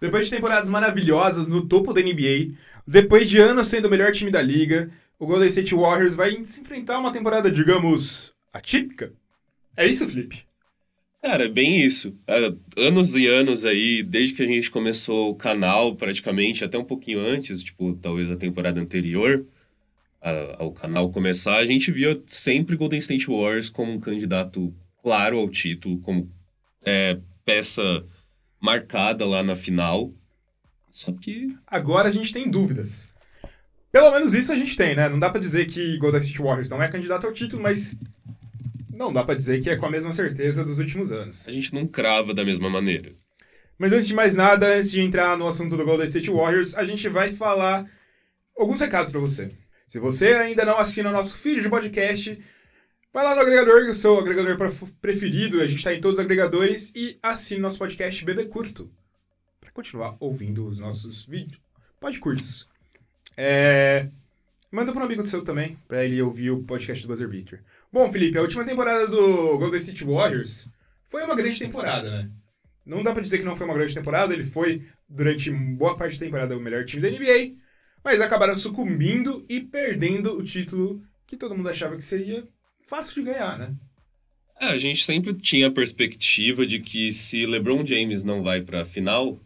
Depois de temporadas maravilhosas no topo da NBA, depois de anos sendo o melhor time da liga, o Golden State Warriors vai se enfrentar uma temporada, digamos, atípica. É isso, Felipe? Cara, é bem isso. Há anos e anos aí, desde que a gente começou o canal, praticamente, até um pouquinho antes, tipo, talvez a temporada anterior a- ao canal começar, a gente via sempre Golden State Warriors como um candidato claro ao título, como é, peça marcada lá na final. Só que Agora a gente tem dúvidas. Pelo menos isso a gente tem, né? Não dá pra dizer que Golden State Warriors não é candidato ao título, mas não dá pra dizer que é com a mesma certeza dos últimos anos. a gente não crava da mesma maneira. Mas antes de mais nada, antes de entrar no assunto do Golden State Warriors, a gente vai falar alguns recados pra você. Se você ainda não assina o nosso feed de podcast, vai lá no agregador, que é o seu agregador pref- preferido, a gente tá em todos os agregadores, e assine nosso podcast Bebê Curto, Pra continuar ouvindo os nossos vídeos. Pode curtos. É... Manda pra um amigo seu também, pra ele ouvir o podcast do Buzzer Beater. Bom, Felipe, a última temporada do Golden State Warriors foi uma grande temporada, né? Não dá pra dizer que não foi uma grande temporada, ele foi, durante boa parte da temporada, o melhor time da NBA, mas acabaram sucumbindo e perdendo o título que todo mundo achava que seria fácil de ganhar, né? É, a gente sempre tinha a perspectiva de que se LeBron James não vai pra final,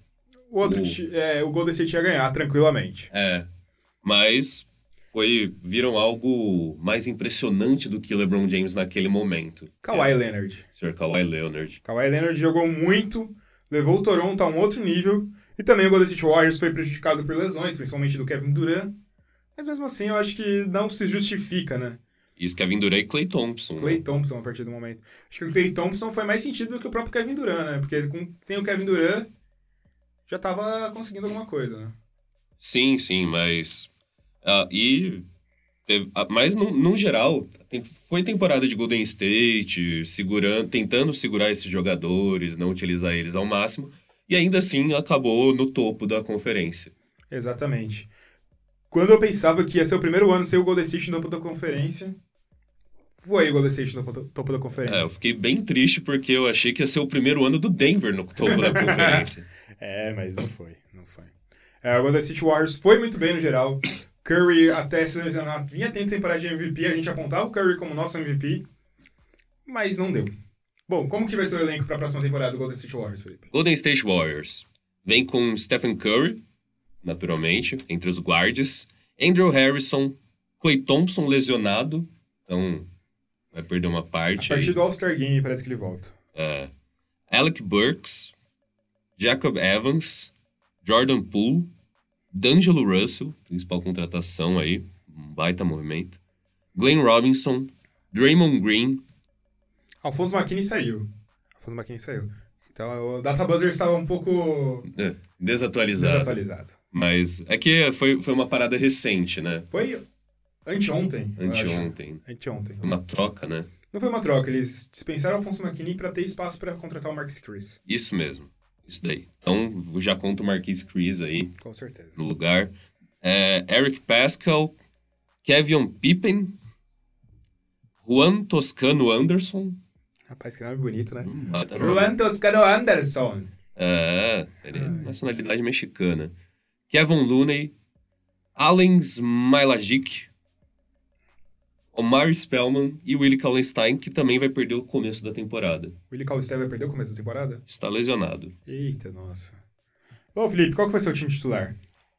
O outro, O- ti- é, o Golden State ia ganhar tranquilamente. É, mas foi viram algo mais impressionante do que LeBron James naquele momento. Kawhi Leonard. É, Sr. Kawhi Leonard. Kawhi Leonard jogou muito, levou o Toronto a um outro nível, e também o Golden State Warriors foi prejudicado por lesões, principalmente do Kevin Durant. Mas mesmo assim, eu acho que não se justifica, né? Isso é Kevin Durant e Clay Thompson. Clay né? Thompson a partir do momento. Acho que o Clay Thompson foi mais sentido do que o próprio Kevin Durant, né? Porque com- sem o Kevin Durant já tava conseguindo alguma coisa, né? Sim, sim, mas ah, e teve- ah, mas no, no geral tem- foi temporada de Golden State segurando, tentando segurar esses jogadores, não utilizar eles ao máximo e ainda assim acabou no topo da conferência. Exatamente. Quando eu pensava que ia ser o primeiro ano sem o Golden State no topo da conferência, foi o Golden State no topo- topo da É, eu conferência. fiquei bem triste porque eu achei que ia ser o primeiro ano do Denver no topo da conferência. É, mas não foi, não foi. É, o Golden State Warriors foi muito bem no geral. Curry até se lesionar, vinha tendo temporada de MVP, a gente apontava o Curry como nosso MVP, mas não deu. Bom, como que vai ser o elenco para a próxima temporada do Golden State Warriors, Felipe? Golden State Warriors vem com Stephen Curry, naturalmente, entre os guardes, Andrew Harrison, Clay Thompson lesionado, então vai perder uma A parte. aí. partir do All-Star Game parece que ele volta. É, Alec Burks, Jacob Evans, Jordan Poole, D'Angelo Russell, principal contratação aí, um baita movimento, Glenn Robinson, Draymond Green, Alfonso McKinney saiu. Alfonso McKinney saiu. Então o Data Buzzer estava um pouco é, desatualizado. desatualizado. Mas é que foi, foi uma parada recente, né? Foi anteontem. eu acho. Anteontem. Anteontem. Foi uma troca, né? Não foi uma troca, eles dispensaram Alfonso McKinney para ter espaço para contratar o Marcus Chris. Isso mesmo. Isso daí. Então, eu já conto o Marquis Chris aí Com certeza. no lugar. É, Eric Pascal, Kevin Pippen, Juan Toscano Anderson. Rapaz, que nome bonito, né? Hum, bata- Ruan Toscano Anderson. É, ele é nacionalidade mexicana. Kevin Looney, Allen Smilagic, Omar Spellman e Willie Kallenstein, que também vai perder o começo da temporada. Willie Colister vai perder o começo da temporada? Está lesionado. Eita, nossa. Bom, Felipe, qual que vai ser o time titular?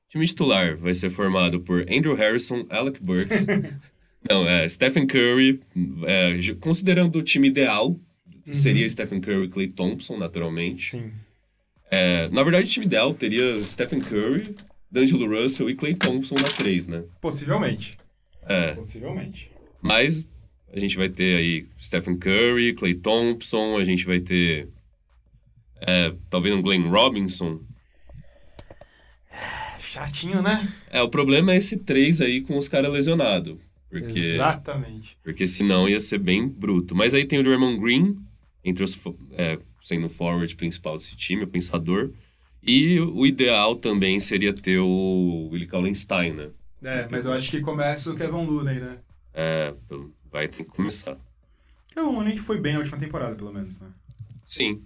O time titular vai ser formado por Andrew Harrison, Alec Burks, não, é, Stephen Curry, é, ju- considerando o time ideal, seria Stephen Curry e Clay Thompson, naturalmente. Sim. É, na verdade, o time ideal teria Stephen Curry, D'Angelo Russell e Clay Thompson na 3, né? Possivelmente. É, Possivelmente. mas a gente vai ter aí Stephen Curry, Clay Thompson, a gente vai ter é, talvez um Glenn Robinson. Chatinho, né? É, o problema é esse 3 aí com os caras lesionados. Porque... Exatamente. Porque senão ia ser bem bruto. Mas aí tem o Draymond Green, entre os, fo- é, sendo o forward principal desse time, o pensador. E o ideal também seria ter o Willie Kallenstein, né? Uhum. É, mas eu acho que começa o Kevin Looney, né? é, pô, vai ter que começar. É o único que foi bem na última temporada, pelo menos, né? Sim,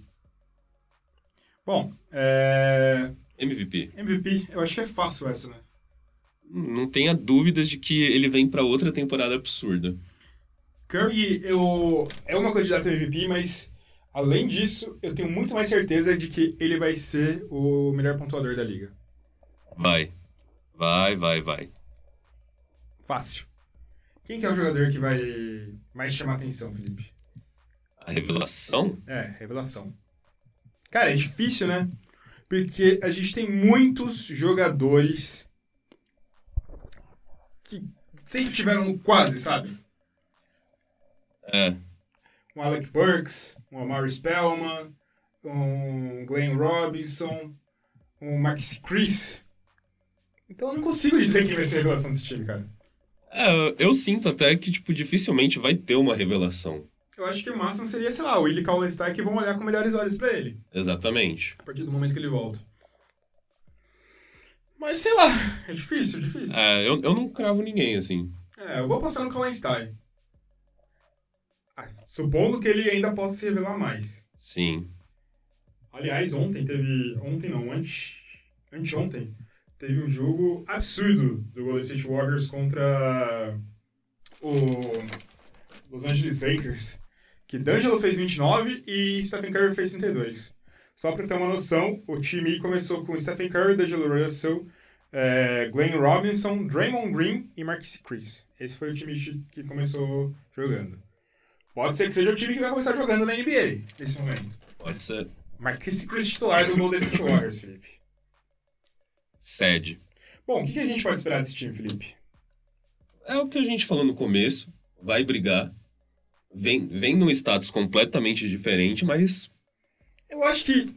Bom, é... MVP. MVP, eu acho que é fácil essa, né? Não tenha dúvidas de que ele vem pra outra temporada absurda. Curry, eu... é uma candidata a MVP, mas além disso, eu tenho muito mais certeza de que ele vai ser o melhor pontuador da liga. Vai. Vai, vai, vai. Fácil. Quem que é o jogador que vai mais chamar atenção, Felipe? A revelação? É, revelação. Cara, é difícil, né? Porque a gente tem muitos jogadores que sempre tiveram no quase, sabe? É. Um Alec Burks, um Amari Spellman, um Glenn Robinson, um Max Chris. Então eu não consigo dizer quem vai ser a revelação desse time, cara. É, eu sinto até que, tipo, dificilmente vai ter uma revelação. Eu acho que o máximo seria, sei lá, o Willie Cauley-Stein que vão olhar com melhores olhos pra ele. Exatamente. A partir do momento que ele volta. Mas sei lá, é difícil, é difícil. É, eu, eu não cravo ninguém, assim. É, eu vou passar no Kallenstein. Ah, supondo que ele ainda possa se revelar mais. Sim. Aliás, ontem teve. Ontem não, antes. Anteontem. Teve um jogo absurdo do Golden State Warriors contra o Los Angeles Lakers. Que D'Angelo fez 29 e Stephen Curry fez 32. Só pra ter uma noção, o time começou com Stephen Curry, D'Angelo Russell, eh, Glenn Robinson, Draymond Green e Marquise Chris. Esse foi o time chi- que começou jogando. Pode ser que seja o time que vai começar jogando na NBA nesse momento. Pode ser. Marquise Chris titular do Golden State Warriors, Felipe. Sede. Bom, o que, que a gente pode esperar desse time, Felipe? É o que a gente falou no começo. Vai brigar. Vem, vem num status completamente diferente, mas Eu acho que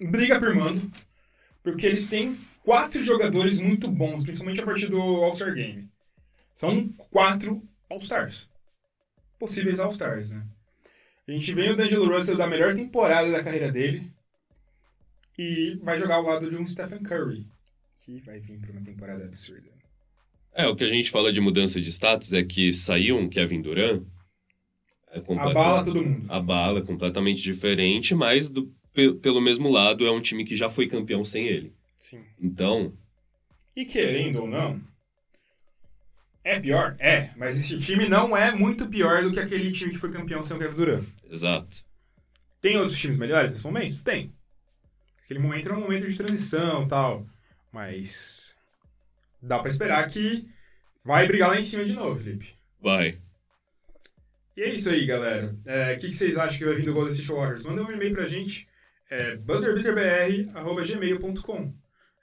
briga por mando, porque eles têm quatro jogadores muito bons, principalmente a partir do All-Star Game. São quatro All-Stars. Possíveis All-Stars, né? A gente vem o D'Angelo Russell da melhor temporada da carreira dele e vai jogar ao lado de um Stephen Curry, que vai vir para uma temporada absurda. É, o que a gente fala de mudança de status é que saiu um Kevin Durant. É completa- Abala todo mundo. abala, é completamente diferente, mas do- pe- pelo mesmo lado é um time que já foi campeão sem ele. Sim. Então, E querendo ou não, é pior? É, mas esse time não é muito pior do que aquele time que foi campeão sem o Kevin Durant. exato. Tem outros times melhores nesse momento? Tem. Aquele momento era um momento de transição e tal. Mas. Dá pra esperar que vai brigar lá em cima de novo, Felipe. Vai. E é isso aí, galera. É, O que, que vocês acham que vai vir do Golden State Warriors? Manda um e-mail pra gente. É buzzerbeaterbr.gmail.com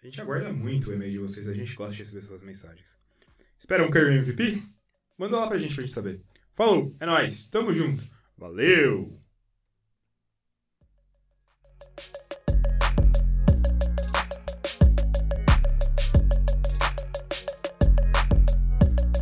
A gente aguarda muito o e-mail de vocês. A gente gosta de receber suas mensagens. Esperam um Curry MVP? Manda lá pra gente pra gente saber. Falou, é nóis. Tamo junto. Valeu!